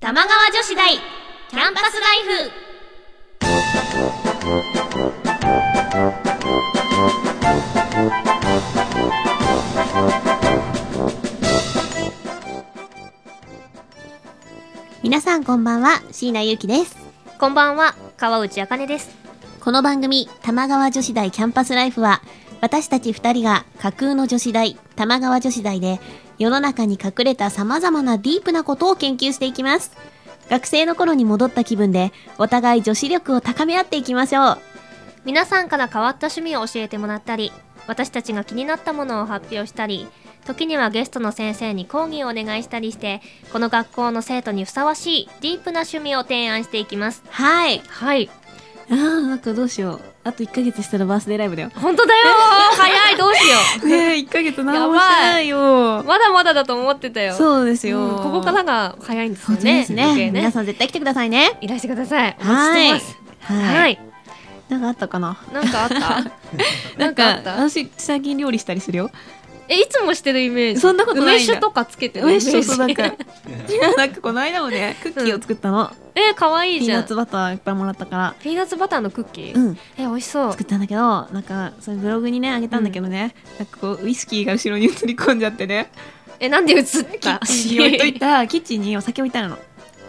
玉川女子大キャンパスライフ皆さんこんばんは、椎名ゆうきです。こんばんは川内茜ですこの番組、玉川女子大キャンパスライフは、私たち二人が架空の女子大、玉川女子大で、世の中に隠れた様々なディープなことを研究していきます。学生の頃に戻った気分で、お互い女子力を高め合っていきましょう。皆さんから変わった趣味を教えてもらったり私たちが気になったものを発表したり時にはゲストの先生に講義をお願いしたりしてこの学校の生徒にふさわしいディープな趣味を提案していきますはい。はいあー、なんかどうしよう。あと1ヶ月したらバースデーライブだよ。本当だよ 早いどうしよねえ、1ヶ月何何ももししててなないいよう。まだまだだと思ってたよそうですよ、うんここからが早いんですそうよねですね余計皆さん絶対来てくださいね。いらしてくださいお待ちしてますはい。はいなんかあったかななんかあったなんかあった私最近料理したりするよ。 えいつもしてるイメージそんなことないんだ梅酒とかつけてるイメ梅ージ酒となんか 違うなんかこの間もねクッキーを作ったの。 え可愛いピーじゃナんッツバターいっぱいもらったかピーナッツバターのクッキー、ら。うん。え美味しそう作ったんだけどなんかそれブログにねあげたんだけどね、なんかこうウイスキーが後ろに映り込んじゃってねえなんで映っキたッチンに置いといたキッチンにお酒置いてあるの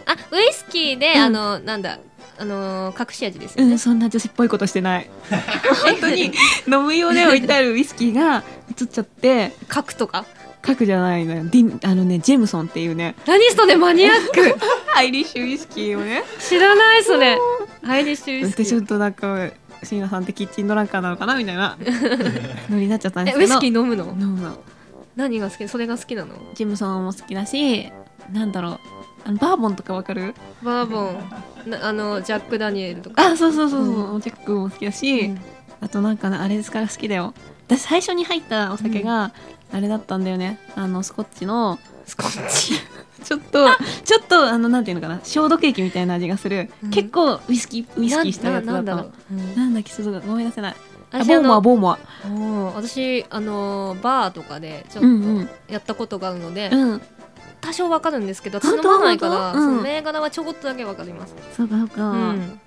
あウイスキーで、うんあのなんだあのー隠し味ですうよね、んそんな女子っぽいことしてない 本当に飲む用で置いてあるウイスキーが映っちゃって角とかくじゃないのよディンあのねジェムソンっていうね何それマニアック アイリッシュウイスキーをね知らないそれアイリッシュウイスキでちょーっとなんか椎名さんってキッチンドランカーなのかなみたい なノリになっちゃったんでえすウけイどスキー飲むの飲むの何が好きそれが好きなのジムソンも好きだしなんだろうあのバーボンとかわかるバーボンな あのジャック・ダニエルとか、あそうそうそうそうう、ジャックも好きだし、うんあとなんかねあれですから好きだよ私最初に入ったお酒があれだったんだよねあのスコッチ のスコッチちょっとちょっとあのなんていうのかな消毒液みたいな味がする、うん結構ウイスキーウイスキーしたなやつだなっんただのろう、うんなんだっけちょっとごめんなさいないあ私ボーモあアのボーモアうん私あのバーとかでちょうんうっんとやったことがあるので、うん多少わかるんですけど私本飲当まないから、本当うんその銘柄はちょこっとだけわかります、そうかそうか、うん、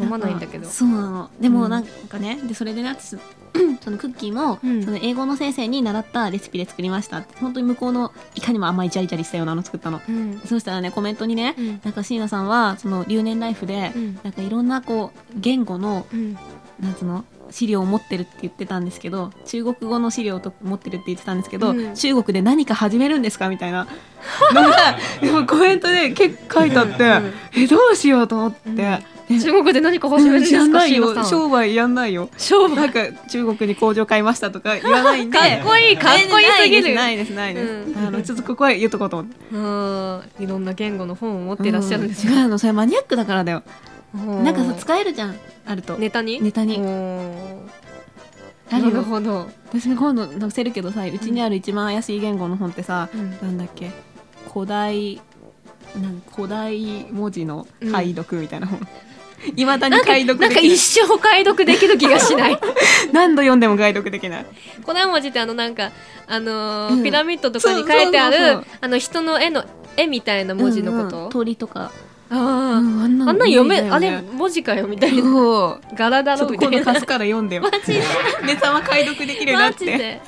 飲まないんだけどそうなのでうもんなんかね、でそれでね私 そのクッキーも、うんその英語の先生に習ったレシピで作りましたって本当に向こうのいかにも甘いジャリジャリしたようなの作ったのうんそうしたらねコメントにねうんなんか椎名さんはその留年ライフで、うんなんかいろんなこう言語のうんなんつうの資料を持ってるって言ってたんですけど中国語の資料と持ってるって言ってたんですけど、うん中国で何か始めるんですかみたい なのがでもコメントで結構書いてあって、うんえどうしようと思って、うんで中国で何か始めるんでやすんかない椎名よさん 商売やんないよ商な売んか中国に工場買いましたとか言わないんでかっこいいかっこいいすぎるないですないですないです、うあのちょっとここは言っとこうと思ってうんいろんな言語の本を持っていらっしゃるんですうよ、違うのそれマニアックだからだようんなんかさ使えるじゃんあると、ネタにネタにうんあなるるよほど、私今度載せるけどさうちにある一番怪しい言語の本ってさ、なんだっけ古代なん古代文字の解読みたいな本い ま、未だになんか解読なんでかきな一い生解読できる気がしない何度読んでも解読できない この絵文字ってあのなんか、あのーうんピラミッドとかに書いてそあうそうそうるそうあの人の絵の絵みたいな文字のこと、うんうん鳥とか、ああ、うんあんなのあんなん読め、無理だよあねれ文字かよみたいな。そう柄だちょろっとみ今たい度な。貸すから読んでよマジでネタは解読できるようになマっジてで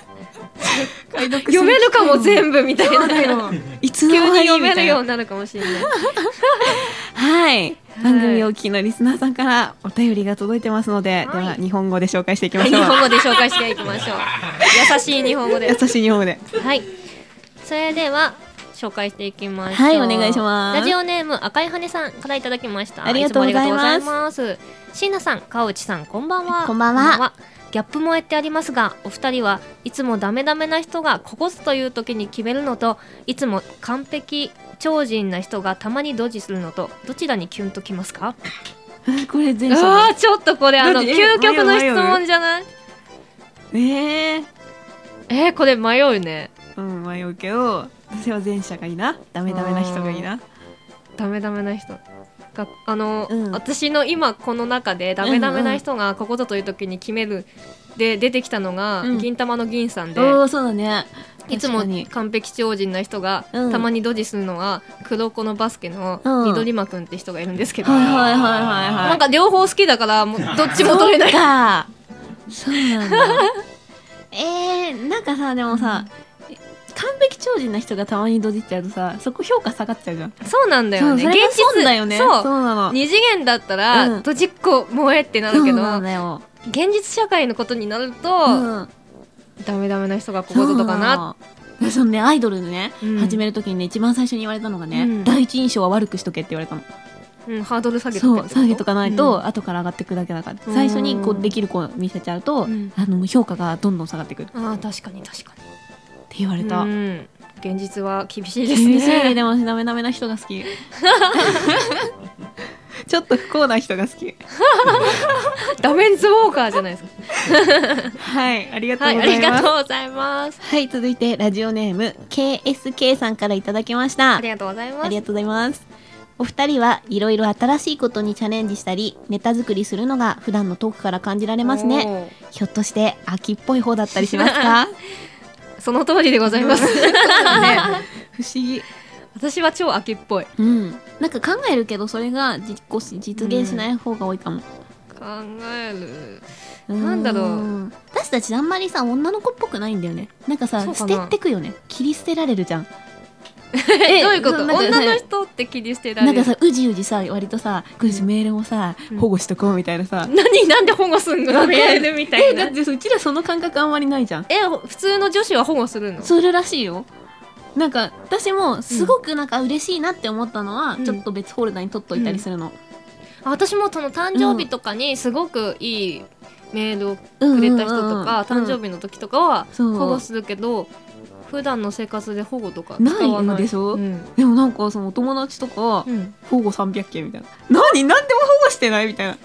解読読めるかも全部みたいそうだな。よいつ急の間にに読めみたるいようなになるかもしれない。はい番組をお聞きのリスナーさんからお便りが届いてますので、はいでは日本語で紹介していきま日しょう本語で紹介していき ましょう。優しい日本語で。優しい日本語ではい。それでは紹介していきましょう。はいお願いしますラジオネーム赤い羽さんからいただきました。ありがとうございますつもありがとうございます。椎名さん、川内さん、こんばんは。こんばんはギャップ萌えってありますが、お二人はいつもダメダメな人がここぞという時に決めるのと、いつも完璧超人な人がたまにドジするのと、どちらにキュンときますか？これ前あ者あ、ちょっとこれあのどっち究極の質迷う迷問じゃない？ねええー、これ迷うね。うん迷うけど私は前者がいいなダメダメな人がいいなダメダメな人があの、うん私の今この中でダメダメな人がここぞという時に決めるで出てきたのが、うん銀玉の銀さんで、おおそうだねいつも確かに完璧超人な人が、うんたまにドジするのは黒子のバスケのうん緑間くんって人がいるんですけど、はいはいはいはいはい。なんか両方好きだか らもうどっちも取れないそっか。そうなんだ。 えー、なんかさ、でもさ、完璧超人な人がたまにドジっちゃうとさ、そこ評価下がっちゃうじゃん。 そうなんだそようねそれが損だよね。そうそうなの。二次元だったら、うんドジっ子萌えってなるけどそうなんだよ。現実社会のことになると、うん。ダメダメな人がここととかなそうの。そのね、アイドルのね、うん始めるときにね、一番最初に言われたのがね、うん第一印象は悪くしとけって言われたの。うん、ハードル下げとそけっう、てこと下げとかないと、、後から上がってくだけだから。うん最初にこう、できる子を見せちゃうと、うんあの、評価がどんどん下がってくるってうんあー確かに確かに言われた。うん、現実は厳しいですね厳しいねでもダメダメな人が好き ちょっと不幸な人が好きダメンズウォーカーじゃないですかはいありがとうはごい、あざいりまがす、はい、とうございます。続いてラジオネーム KSK さんからいただきましたありがとうございます。ありがとうございますお二人はいろいろ新しいことにチャレンジしたりネタ作りするのが普段のトークから感じられますねね。ひょっとして秋っぽい方だったりします かその通りでございます。 不思議私は超秋っぽい。うんなんか考えるけどそれが実行し実現しない方が多いかも、考える。なんだろうう私たちあんまりさ女の子っぽくないんだよねなんかさそう捨かてなってくよね切り捨てられるじゃんえ、 どういうこと？なんかさ女の人って切り捨てらなれんかる。さうじうじさ割とさこういうメールもさ、うん保護しとこうみたいなさ、何なんで保護すんわかの？るメールみたえいだなっ。てさうちらその感覚あんまりないじゃんえ、普通の女子は保護するの？それらしいよなんか私もすごくなんか嬉しいなって思ったのは、うんちょっと別フォルダに取っといたりするの、あ私もその誕生日とかにすごくいいメールをうんくれた人とか、うんうん誕生日の時とかはそう保護するけど、普段の生活で保護とか使ないわない。のでしょ、うん。でもなんかそのお友達とか、うん。保護300件みたいな何何でも保護してないみ たいな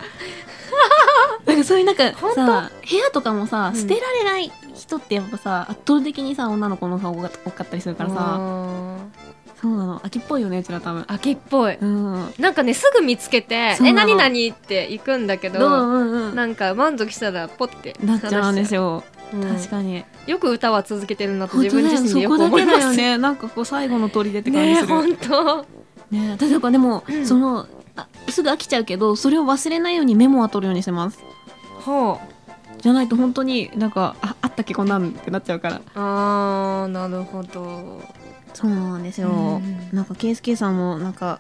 なんかそういうなんか本当さ部屋とかもさうん捨てられない人ってやっぱさ圧倒的にさ女の子の方が多かったりするからさあーそうなの秋っぽいよねうちら多分秋っぽいうんなんかねすぐ見つけて「そうえなの何々?」って行くんだけどうどんうんなんか満足したらポッてなっちゃうんですよ、よ、うん確かによく歌は続けてるなと本自当分だよ自身そでよこくだ思いけまだすよねなんかこう最後の砦って感じする本 当ね私なんかでも、うんそのあすぐ飽きちゃうけどそれを忘れないようにメモは取るようにしてますほじゃないと本当になんかああったっけこんなんってなっちゃうからうあーなるほどそうなんですよ、うんなんかケースケさんもなんか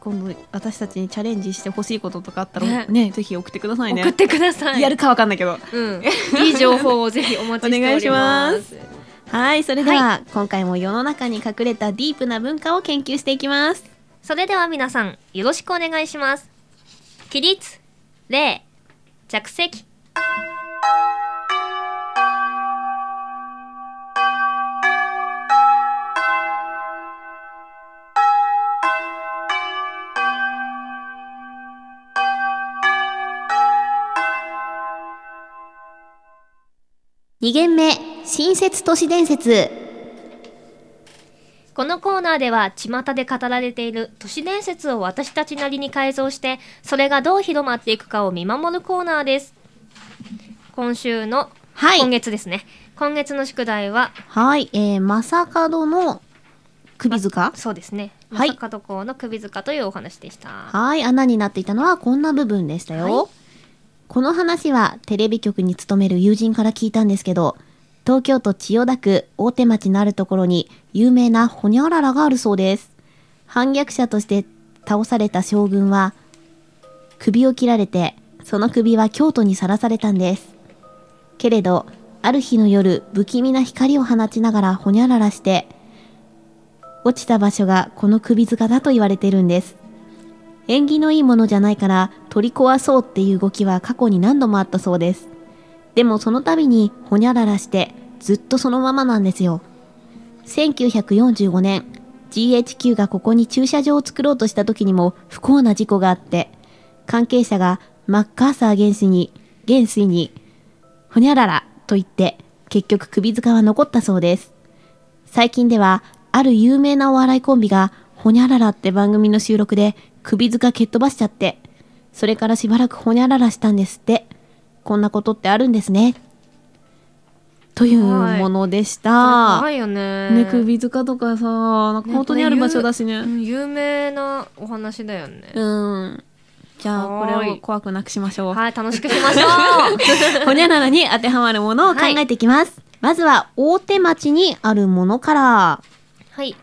今度私たちにチャレンジしてほしいこととかあったらねねぜひ送ってくださいね送ってくださいやるかわかんないけどうん、いい情報をぜひお待ちしておりますお願いしはいそれでは、今回も世の中に隠れたディープな文化を研究していきますそれでは皆さんよろしくお願いします起立礼着席2限目新設都市伝説このコーナーでは巷で語られている都市伝説を私たちなりに改造してそれがどう広まっていくかを見守るコーナーです今週の、はい今月ですね今月の宿題ははいえー、正門の首塚そうですねはい正門校の首塚というお話でしたはい、穴になっていたのはこんな部分でしたよ。はこの話はテレビ局に勤める友人から聞いたんですけど、東京都千代田区大手町のあるところに有名なホニャララがあるそうです。反逆者として倒された将軍は、首を切られて、その首は京都にさらされたんです。けれど、ある日の夜、不気味な光を放ちながらホニャララして、落ちた場所がこの首塚だと言われてるんです。縁起のいいものじゃないから取り壊そうっていう動きは過去に何度もあったそうです。でもその度にほにゃららしてずっとそのままなんですよ。1945年 GHQ がここに駐車場を作ろうとした時にも不幸な事故があって関係者がマッカーサー元帥に元帥にほにゃららと言って結局首塚は残ったそうです。最近ではある有名なお笑いコンビが「ほにゃらら」って番組の収録で首塚蹴っ飛ばしちゃってそれからしばらくほにゃららしたんですってこんなことってあるんですねというはいものでした。怖いよねね、首塚とかさ、なんか本当にある場所だしね。うん有名なお話だよね、うん。じゃあ、こはーいれを怖くなくしましょう。はい楽しくしま しょうほにゃららに当てはまるものを考えていきます。まずは、大手町にあるものから。はい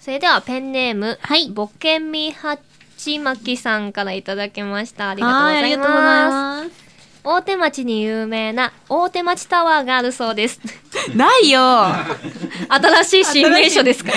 それではペンネームはい。ボケミハチマキさんからいただきましたありがとうごはいあざりいがとうございますます。大手町に有名な大手町タワーがあるそうです ないよ新しい新名所ですから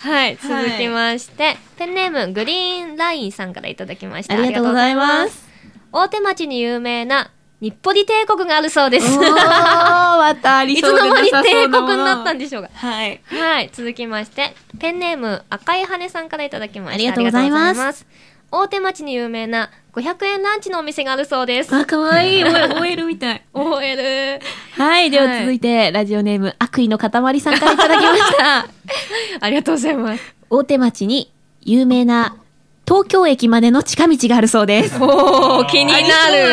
はい続はいきまして、ペンネームグリーンラインさんからいただきましたありがとうございます。大手町に有名な日暮里帝国があるそうでおす。ー、またあり いそつうでの間なにさそ帝うなもの。国になったんでしょうか。はい。はい、続きまして、ペンネーム赤い羽さんからいただきました。ありがとうございますありがとうござす大手町に有名な500円ランチのお店があるそうです。あ、かわいい。OL みたい。 OL。はい。でははい続いて、ラジオネーム、悪意の塊さんからいただきました。 ありがとうございます。大手町に有名な東京駅までの近道があるそう です。おー、気にな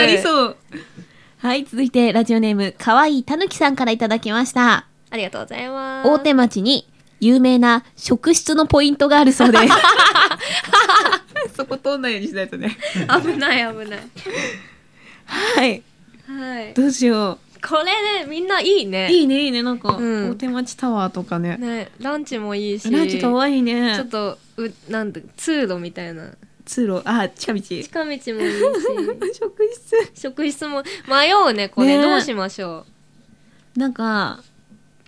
る。そう。はい、続いてラジオネーム、かわいいたぬきさんからいただきました。ありがとうございます。大手町に有名な職質のポイントがあるそうです。そこ通んないようにしないとね。危ない危ない。はい。はい。どうしよこれね、みんないいね。う。いいね、いいね、なんか、うん大手町タワーとかね。ね、ランチもいいし。ランチかわいいね。ちょっと、う、なんだ、通路みたいな。通路、あ、近道。近道もいいし。職質。職質も迷うねこれねどうしましょうなんか、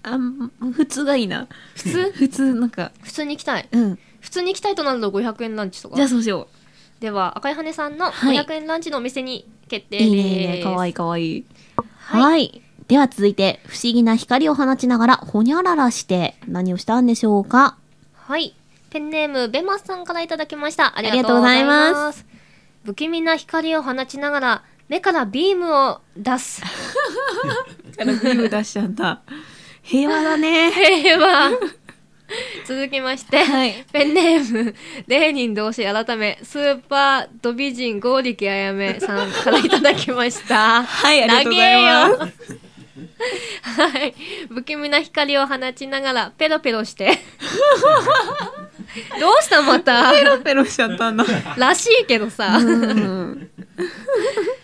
あん、普通がいいな。普通普通、なんか、普通に行きたいうん。普通に行きたいとなると500円ランチとかじゃあそうしよでは赤い羽さんのはい500円ランチのお店に決う。定です、いいかわいい。ははいい。では続いて、不思議な光を放ちながら、ほにゃららして、何をしたんでしょうかはいペンネームベマスさんからいただきましたありりががととううごござざいいますます不気味な光を放ちながら目からビームを出すからビーム出しちゃった。平和だね。 平和 続きまして、はいペンネームレーニン同士改めスーパード美人剛力あやめさんからいただきましたはい、ありがとうござい長まえよはい。不気味な光を放ちながら、ペロペロして。 どうしたまたす。ペロペロしちゃったんだ。らしいけどさ。うん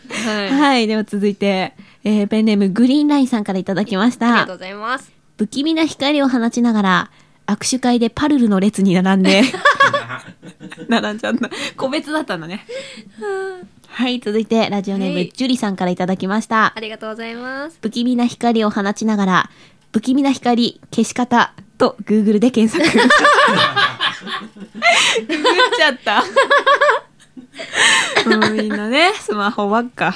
はい。あはい、では続いて、えーペンネームグリーンラインさんからいただきましりがた。とうございます。不気味な光を放ちながら、握手会でパルルの列に並んで、 並んじゃった。個別だったんだね。はい、続いて、ラジオネーム、はいジュリさんからいただきましたあ。りがとうございます。不気味な光を放ちながら、不気味な光消し方と Google で検索。ググっちゃ った。もうみんなね、スマホばっか。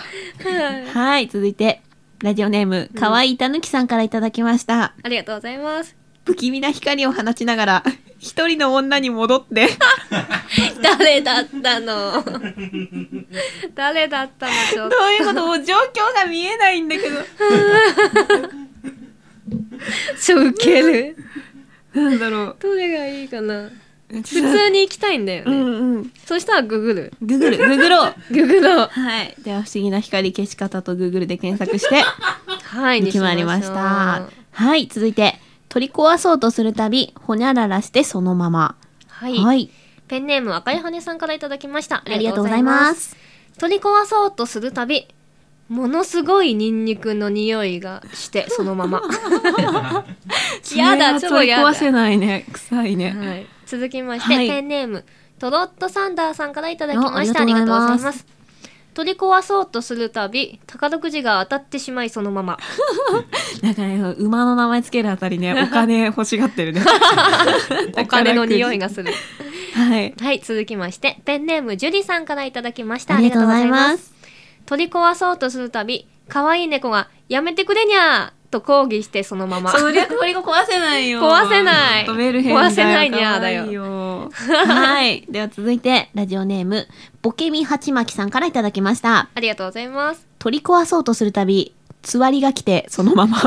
はい、続いて、ラジオネーム、かわいいたぬきさんからいただきました。ありがとうございます。不気味な光を放ちながら、一人の女に戻って、誰だったの誰だったのちょ どっうと。いうこともう状況が見えないんだけど。ちょ、ウケる。なんだろどれがいいかなう。普普通に行きたいんだようね。んうん。そしたらググる。グ グる、ググろう。ググろう。はい。では、不思議な光消し方と Google で検索して、はい、に決しょうまりました。はい。続いて、取り壊そうとするたび、ほにゃららしてそのまま。は。はいい。ペンネーム赤い羽さんからいただきました。ありがとうございま。す。取り壊そうとするたび、ものすごいニンニクの匂いが して、そのまま。やそれはだちょっとやだ取り壊せないね。臭いね。はい、続きまして、はいペンネーム、トロットサンダーさんからいただきました。ああありりがとうがとうごござざいいますます。取り壊そうとするたび、宝くじが当たってしまい、そのまま。。なんかね、馬の名前つけるあたりね、お金欲しがって るねお金の匂 いが。する。はい。はい、続きまして、ペンネーム、ジュリさんからいただきました。ありがとうございありがとうまございます。取り壊そうとするたび、可愛い猫が、やめてくれにゃーと抗議して、そのまま。そりゃ鳥が壊せないよ。壊せない止める変態壊せないにゃーだよ可愛い はい。では続いて、ラジオネーム、ボケミハチマキさんからいただきました。 ありがとうございます。取り壊そうとするたび、つわりが来て、そのまま。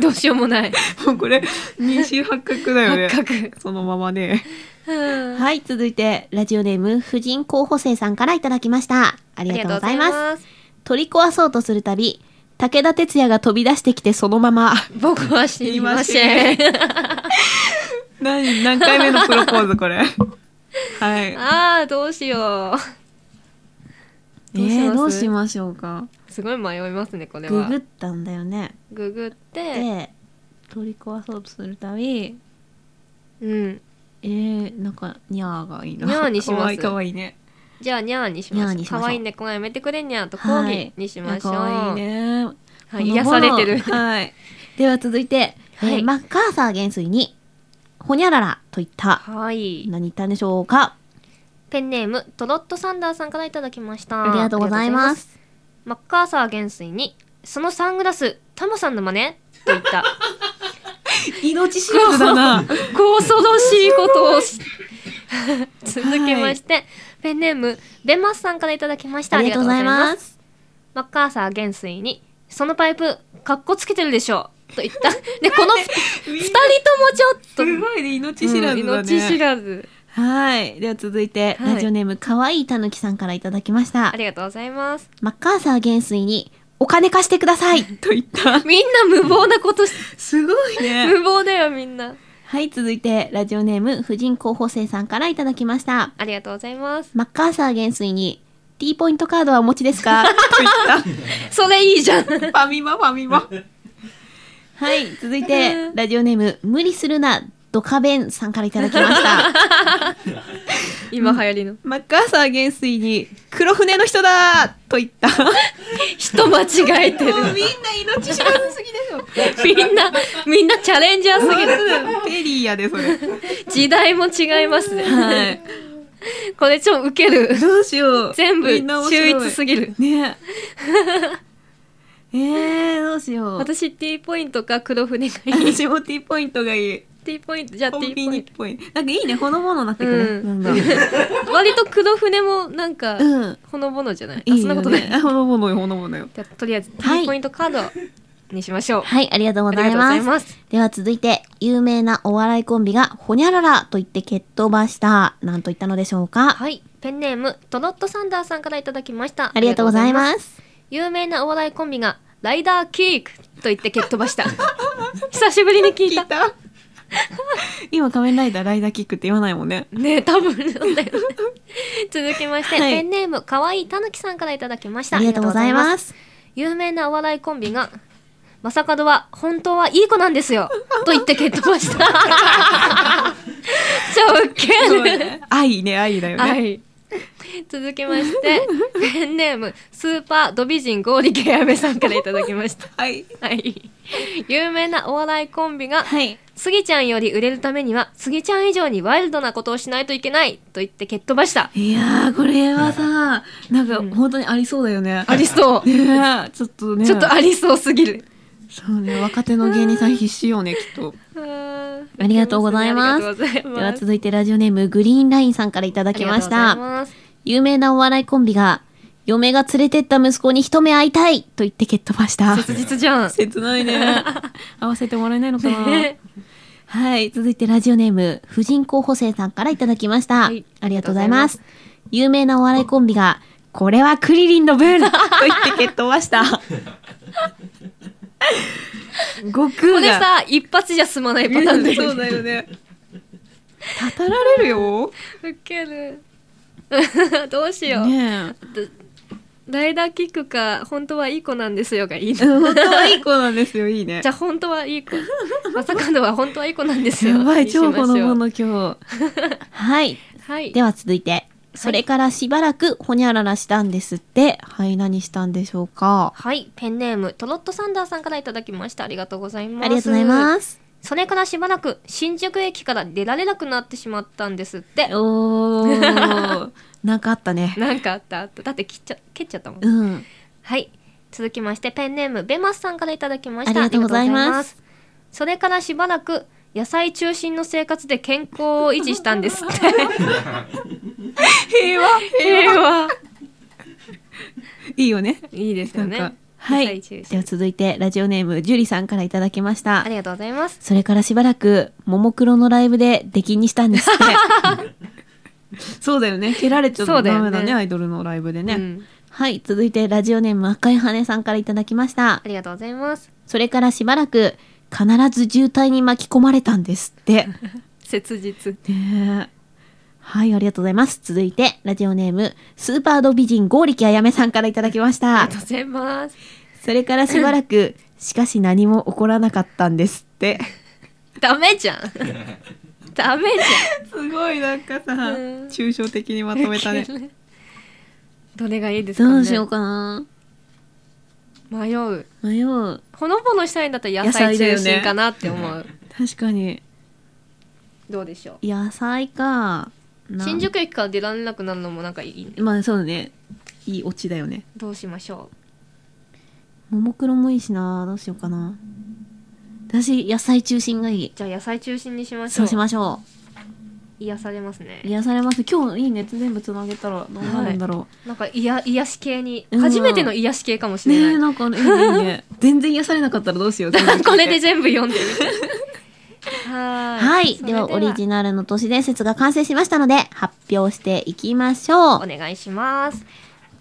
どうしようもない。 もうこれ、妊娠発覚だ発覚。そのままね。あはい、続いて、ラジオネーム、婦人候補生さんからいただきました。ありがとうございます。す。取り壊そうとするたび、武田鉄矢が飛び出してきてそのまま。僕は知りません。 何、何回目のプロポーズ これ。はい。 ああ、どうしよう。えー、どどううししましょうか。すごい迷いますね、これグはグ。ったんだよね。ググって、で、取り壊そうとするたび、うん。えー、なんか、にゃーがいいな。ニャーにしますかわいいかわいいね。じゃあ、にゃーにしまにゃーしょにう。しましょう可愛い猫がやめてくれにゃーと抗議にしましょかう。わいいはいね。癒されてる。 はい。では続いて、えーはいマッカーサー元帥に、ほにゃららといった、はい。何言ったんでしょうか。ペンネーム、トロットサンダーさんからいただきました。ありがとうございま。す。マッカーサー元帥に、そのサングラス、タモさんの真似と言った。命知らずだな。恐ろしいことをし続けまして、ペンネームベンマスさんからいただきまし たありがとうございありがとうございまますす。マッカーサー元帥にそのパイプかっこつけてるでしょうと言った でこのふ二人ともちょっとすごいね、命知らずだうん命知ね。らずはい。では続いて、はいラジオネーム、かわいいたぬきさんからいただきましたあ。りがとうございますマッカーサー元帥に、お金貸してください と言った。みんな無謀なことしすごいね。無謀だよみんなはい、続いて、ラジオネーム、婦人候補生さんからいただきました。ありがとうございますマッカーサー元帥に、T ポイントカードはお持ちですかと 言っそれいいじ ゃんた。ファミマ、ファミマ。はい、続いて、ラジオネーム、無理するな、ドカベンさんからいただきました。今流行りの マッカーサー元帥に、黒船の人だと言 った。人間違 えてる命知らずすぎでし ょ。みんなみんなチャレンジャーすぎる ペリーやで、それ。時代も違いますねはい。これ超ウケ る。どうしよう。全部みんな面白い秀逸すぎる。ね えー、どうしよう。私 T ポイントか黒船がい い。私も T ポイントがいい。 T ポイント、じゃあコ T ンポビイニンっぽい。なんかいいね、ほのぼのなってくね。うんなんだ。 ト。割と黒船もなんか、うん。ほのぼのじゃないいいあ、そんなことない。よねあほのぼのよ、ほのぼのよ。じゃあとりあえずはい T ポイントカードにしましょう。はい、ありがとうごありがざというござまいす。ます。では続いて、有名なお笑いコンビが、ほにゃららと言って蹴っ飛ばした、なんと言ったのでしょうか。はい。ペンネーム、トロットサンダーさんからいただきました。ありがとうございありがとうございまます。す。有名なお笑いコンビが、ライダーキークと言って蹴っ飛 ばした。久しぶりに聞いた。た今、仮面ライダーライダーキックって言わないもんね。ねえ、多分そう だよね続きまして、はいペンネーム、かわいいたぬきさんからいただきました。ありがとうございありがとうございま。ますす。有名なお笑いコンビが、まさかどは本当はいい子なんですよと言って蹴っ飛ば した。 超ウケすごいる。ね愛ね、愛だよね。はい。続きまして、ペンネーム、スーパード美人ゴーリケヤメさんからいただきました。はい。はい。有名なお笑いコンビが、はい。スギちゃんより売れるためには、スギちゃん以上にワイルドなことをしないといけないと言って蹴っ飛ばした。いやー、これはさ、なんか本当にありそうだよね。ありそう。ねえちょっとね。ちょっとありそうすぎる。そうね、若手の芸人さん必死よね、きっと。あありがとうございますありがとうございますでは続いてラジオネーム、グリーンラインさんからいただきましありがとうごた。ざいます有名なお笑いコンビが、嫁が連れてった息子に一目会いたいと言って蹴っ飛ばした。切実じゃん。切ない ね。会わせてもらえないのかな ねはい。続いてラジオネーム、婦人候補生さんからいただきました。はいありがとうございます。有名なお笑いコンビが、これはクリリンの分と言って蹴っ飛ば した。悟空が。これさ、一発じゃ済まないパターンで。そうだよね。たたられるよ。ウケる。 どうしよう、ねライダーキックか、本当はいい子なんですよがいいえ。な。本当はいい子なんですよ、いいね じゃ。あ本当はいい子。まさかのは本当はいい子なんです よ。やばい、にしましょ超こうのもの今日。はい。はい。では続いて。それからしばらくほにゃららしたんですって、はい、何したんでしょうか。はい。ペンネーム、トロットサンダーさんからいただきました。ありがとうございます。ありがとうございます。す。それからしばらく、新宿駅から出られなくなってしまったんですって。おー、なんかあったね。なんかあったあった。だって切っちゃ、蹴っちゃったもん。うん。はい。続きまして、ペンネーム、ベマスさんからいただきました。ありがとうございますありがとうございますそれからしばらく、野菜中心の生活で健康を維持したんですって。 平和、平和。いいよね。いいですよなんねか。は野い。菜中では心。続いて、ラジオネーム、ジュリさんからいただきましたあ。りがとうございます。それからしばらく、ももクロのライブで出禁にしたん ですって。そうだよね。蹴られちゃそうだよねイドルのライブでうんはい、続いてラジオネーム赤い羽さんからいただきました。ありがとうございますそれからしばらく必ず渋滞に巻き込まれたんですって。切実ねえはい、ありがとうございます。続いて、ラジオネーム、スーパード美人、剛力あやめさんからいただきましあたりが。とうございますそれからしばら く、しかし何も起こらなかったんですって。ダメじ ゃんダメすごい、なんかさ、うん抽象的にまじゃん どれがいいですか ねどうしようかな。迷う迷う。ほのぼのしたいんだったら野野菜菜だ中よね心かなって思う、確かに。どうでしょ野菜か。うな新宿駅から出られなくなるのもなんかいいまあ、そうだね。いいオチだよね。どうしましょ。ももクロもいいしな。どうしようかな。私、野菜中心がいいうじゃあ野菜中心にしましょそううしましょう。癒されますね癒されます今日いい熱全部つなげたらどうなるんだろなんか癒癒し系にうん初めての癒し系かもう、しれない、ねえなんかねいいねいいね 全然癒されなかったらどうし ようこれで全部読んでみたはー いはいそれではオリジナルの都市伝説が完成しましたので発表していきましょおう願いします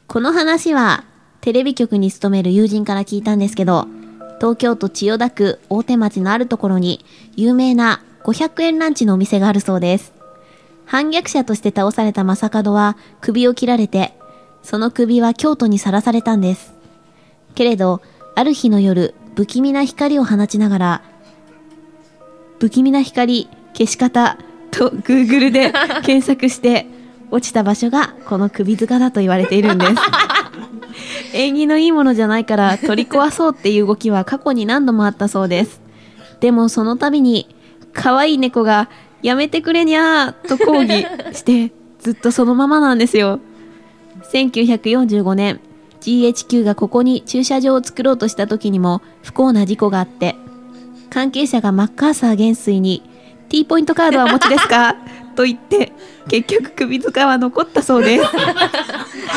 この話はテレビ局に勤める友人から聞いたんですけど東京都千代田区大手町のあるところに有名な500円ランチのお店があるそうです反逆者として倒された正門は首を切られてその首は京都にさらされたんですけれど、ある日の夜、不気味な光を放ちながら、不気味な光、消し方と Google で 検索して、落ちた場所がこの首塚だと言われているんです。縁起のいいものじゃないから取り壊そうっていう動きは過去に何度もあったそうです。でもその度に、可愛い猫が、やめてくれにゃーと抗議して、ずっとそのままなんですよ。1945年 GHQ がここに駐車場を作ろうとした時にも不幸な事故があって関係者がマッカーサー元帥に「T ポイントカードはお持ちですか? 」と言って結局首塚は残ったそうです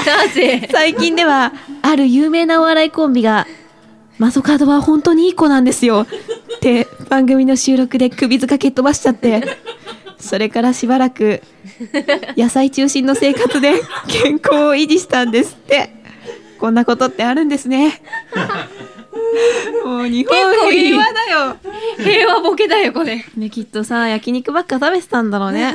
なぜ最近ではある有名なお笑いコンビが「マソカードは本当にいい子なんですよ」って番組の収録で首塚蹴っ飛ばしちゃってそれからしばらく野菜中心の生活で健康を維持したんですってこんなことってあるんですねもう日本平和だよ平和ボケだよこれねきっとさ焼肉ばっか食べてたんだろう ね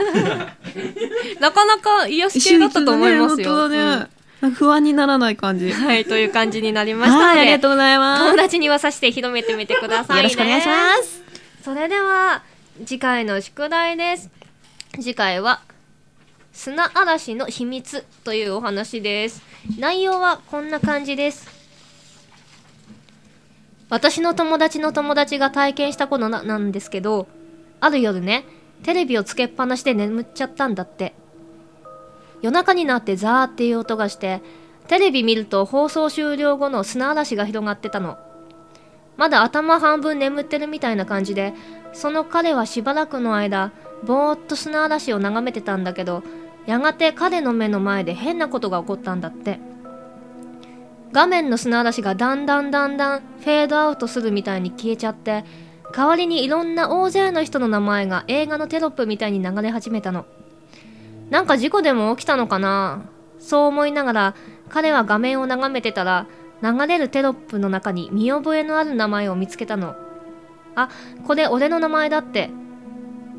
なかなか癒し系だったと思います秀逸よ、だね本当だねなんか不安にならない感じうんはいという感じになりましたのはいでありがとうございます友達にはさして広めてみてくださいねよろしくお願いします。それでは次回の宿題です次回は砂嵐の秘密というお話です内容はこんな感じです私の友達の友達が体験したことななんですけどある夜ねテレビをつけっぱなしで眠っちゃったんだって夜中になってザーっていう音がしてテレビ見ると放送終了後の砂嵐が広がってたのまだ頭半分眠ってるみたいな感じで、その彼はしばらくの間、ぼーっと砂嵐を眺めてたんだけど、やがて彼の目の前で変なことが起こったんだって。画面の砂嵐がだんだんだんだんフェードアウトするみたいに消えちゃって、代わりにいろんな大勢の人の名前が映画のテロップみたいに流れ始めたの。なんか事故でも起きたのかなそう思いながら彼は画面を眺めてたら流れるテロップの中に見覚えのある名前を見つけたの。あ、これ俺の名前だって。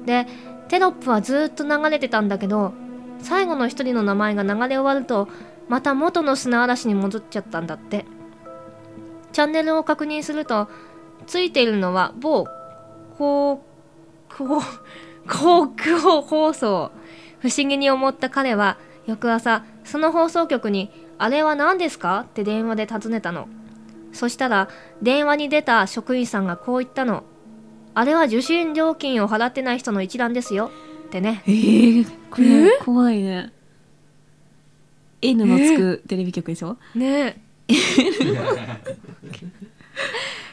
で、テロップはずーっと流れてたんだけど、最後の一人の名前が流れ終わると、また元の砂嵐に戻っちゃったんだって。チャンネルを確認すると、ついているのは某、こう、こう、公共放送。不思議に思った彼は翌朝その放送局に「あれは何ですか?」って電話で尋ねたのそしたら電話に出た職員さんがこう言ったの「あれは受信料金を払ってない人の一覧ですよ」ってねえー、これ怖いね。N のつくテレビ局でしょ、 ね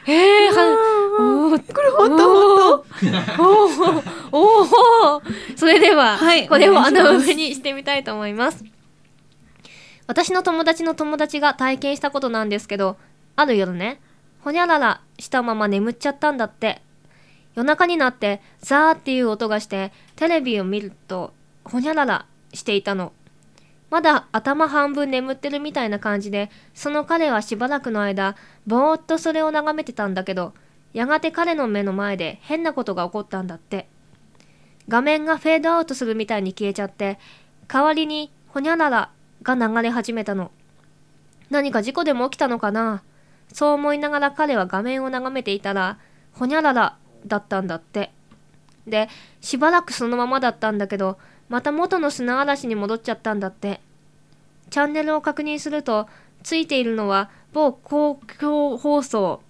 ええー、はおーこれ本当本おーおーそれでは、はいこれをお願いします穴埋めにしてみたいと思います。私の友達の友達が体験したことなんですけど、ある夜ね、ほにゃららしたまま眠っちゃったんだって。夜中になって、ザーっていう音がして、テレビを見ると、ほにゃららしていたの。まだ頭半分眠ってるみたいな感じで、その彼はしばらくの間、ぼーっとそれを眺めてたんだけど、やがて彼の目の前で変なことが起こったんだって。画面がフェードアウトするみたいに消えちゃって、代わりに、ほにゃららが流れ始めたの。何か事故でも起きたのかなそう思いながら彼は画面を眺めていたら、ほにゃららだったんだって。で、しばらくそのままだったんだけど、また元の砂嵐に戻っちゃったんだって。チャンネルを確認すると、ついているのは某公共放送。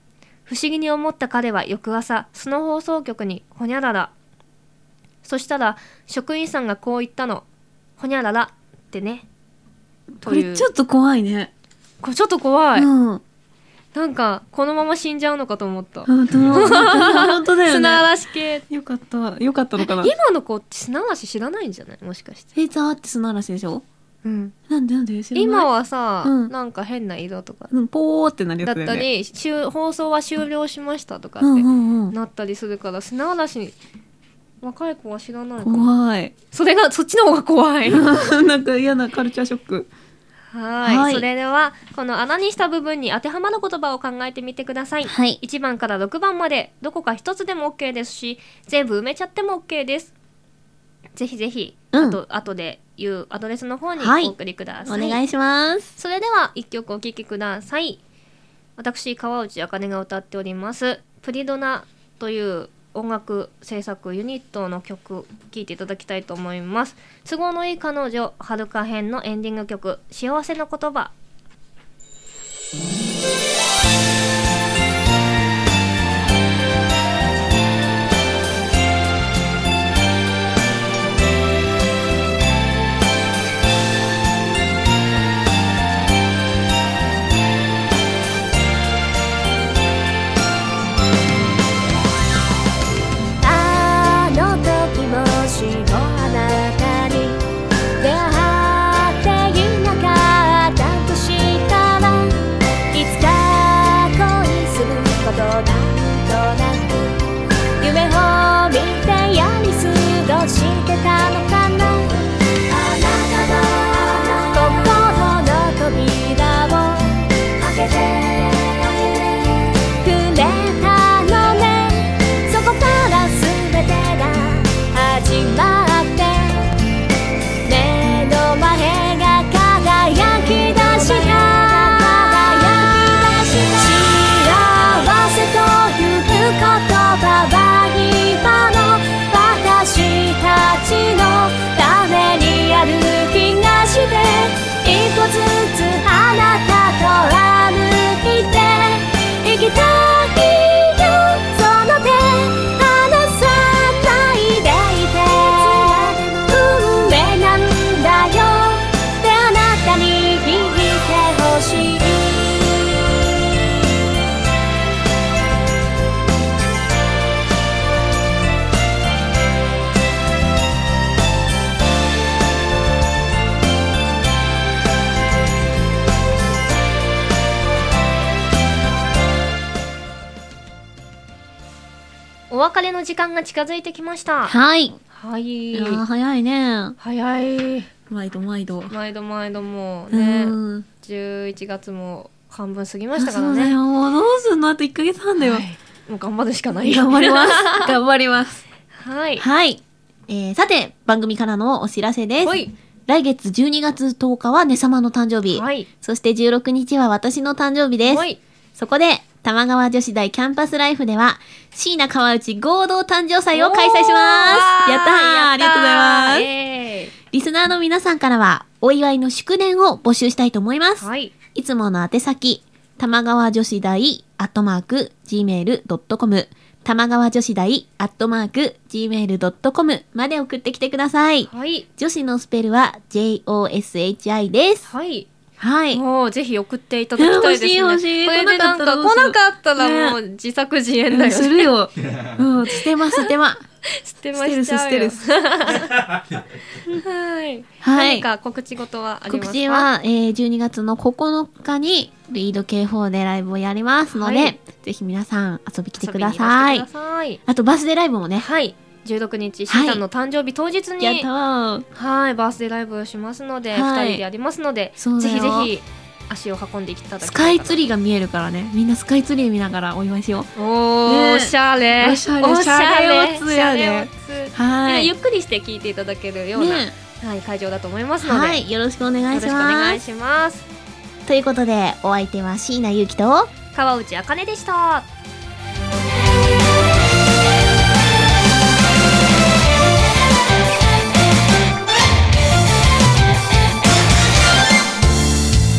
不思議に思った彼は翌朝、その放送局にほにゃらら。そしたら、職員さんがこう言ったの。ほにゃららってね。こというれちょっと怖いね。これちょっと怖い。うん。なんか、このまま死んじゃうのかと思った。本当本当だよ 砂ね。嵐系。よかった。よかったのかな。今の子って砂嵐知らないんじゃないもしかして。え、ザーって砂嵐でしょうん。なんでなんで知らない今はさ、うんなんか変な色とかうん、ポーってなるやだっつだたよね。り、しゅ放送は終了しましたとかうんっうんうん。てなったりするから砂嵐に若い子は知らないの怖い。それがそっちの方が怖いはなんか 嫌なカルチャーショック。ーいはいそれではこの穴にした部分に当てはまる言葉を考えてみてください、はい1番から6番までどこか1つでも OK ですし全部埋めちゃっても OK ですぜひぜひ、うんあと後で言うアドレスの方にはいお送りくだおさい、願いします。それでは一曲お聴きください私川内茜が歌っておりますプリドナという音楽制作ユニットの曲聴いていただきたいと思います都合のいい彼女はるか編のエンディング曲幸せの言葉あの時もしもあなたに出会っていなかったとしたらいつか恋することなんとなく夢を見てやり過ごしてたのかなあなたの心の扉を開けてくれたのねそこから全てが始まって目の前が輝き出した幸せという言葉は今の私たちのためにある気がして一歩ずつあなたと歩いて行きたいよその手離さないでいて運命なんだよってあなたに言ってほしいお別れの時間が近づいてきましたはい。はいいやー早いね。早い毎度毎度。毎度毎度もうねうん。 11月も半分過ぎましたかそらうだねよ。もうどうすんのあと1ヶ月半だよ。もう頑張るしかない頑張ります。 頑張ります。 はいはい。えー、さて、番組からのお知らせです。はい来月12月10日はねさまの誕生日。はいそして16日は私の誕生日です。はいそこで、玉川女子大キャンパスライフでは、椎名川内合同誕生祭を開催します。やったーありがとうございます。いリスナーの皆さんからは、お祝いの祝電を募集したいと思います。はいいつもの宛先、玉川女子大アットマーク gmail.com 玉川女子大アットマーク gmail.com まで送ってきてください。はい女子のスペルは joshi です。はいはい。もうぜひ送っていただきたいですねね欲しい欲しいこれでなんか来な来なかかったららもどう自作自演だよ、 する よ。うん、捨てます、捨てま。捨てま捨てるしす、捨たてよるす。 はい、はい何か告知事はありますか告知は、えー、12月の9日にリード K4 でライブをやりますので、はいぜひ皆さん遊び来て遊くびにだいらしさい。てくださいあとバースデーライブもね、はい16日、しんさんの誕生日当日やっにた、ーはい、バースデーライブをしますので、二はい人でやりますので、そうだぜよひぜひ足を運んでいただきたいかなスカイツリーが見えるからねみんなスカイツリー見ながらお祝いしようおねー、おしゃれ。おしゃれおしゃれ。シャレオツやねシャレオツはゆいっくりして聞いていただけるような、ねはい、会場だと思いますので、はいよろしくお願よいろししくお願まいすします。ということでお相手は椎名ゆきと川内あかねでした。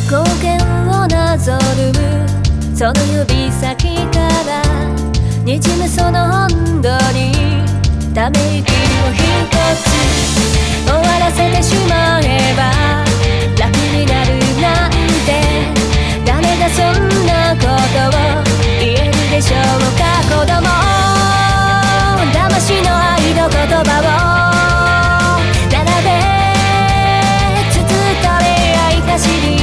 光源をなぞるその指先からにじむその温度にため息を一つ終わらせてしまえば楽になるなんて誰がそんなことを言えるでしょうか子供魂の愛の言葉を並べつつと恋愛かしり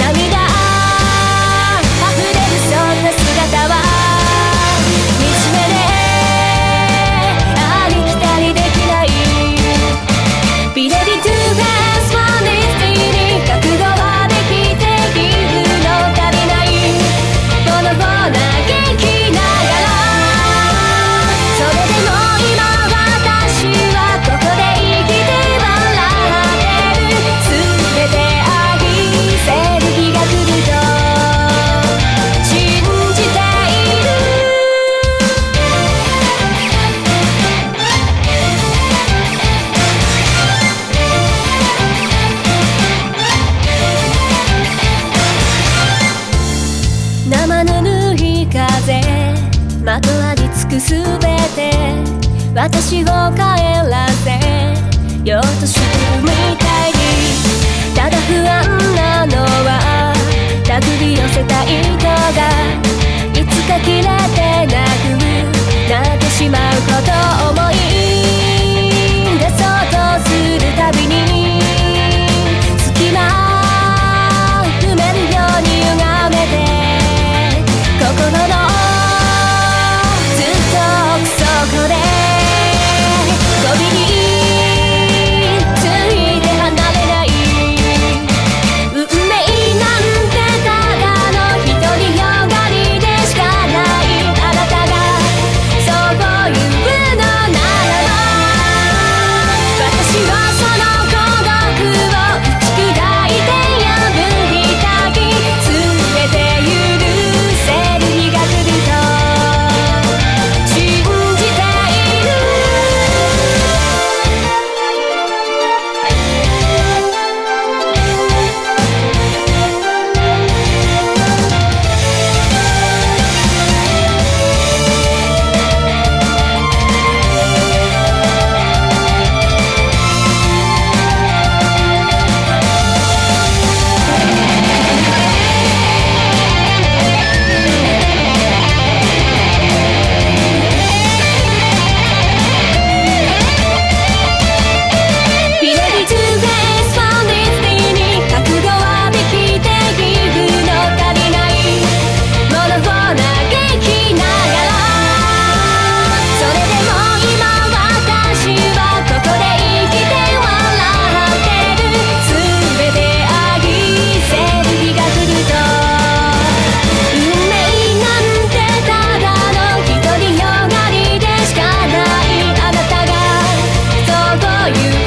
涙あふれるそんな姿は惨めでありきたりできないビレビトゥーフェスワンディスティに覚悟はできているの足りないボロボロ嘆きながらそれでも今私はここで生きて笑ってる全て愛せる日が来ると信じている生ぬるい風まとわりつくすべて私を帰らせようとしてるみたいにただ不安なのは手繰り寄せた糸がいつか切れてなくなってしまうことを思い出そうとするたびに隙間埋めるように歪めて心のずっと奥底で飛びについて離れない運命なんてただの独りよがりでしかないあなたがそう言うのならば私はその孤独を打ち砕いて破りたき全て許せる日が来ると信じているビレビトゥーフェイスワンディスティに覚悟はできてギブの足りないものを嘆きながらそれでも今私はここで生きて笑ってる全て愛せる日が来ると運命なんてただの独りよがりでしかないあなたがそう言うのならば私はその孤独を打ち砕いて破り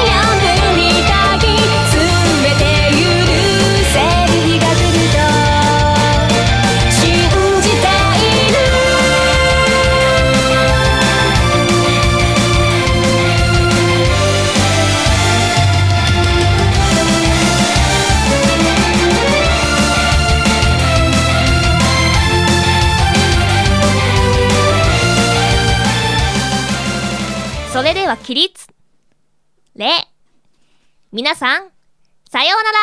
たき全て許せる日が来ると信じているそれでは起立。礼。皆さん、さようなら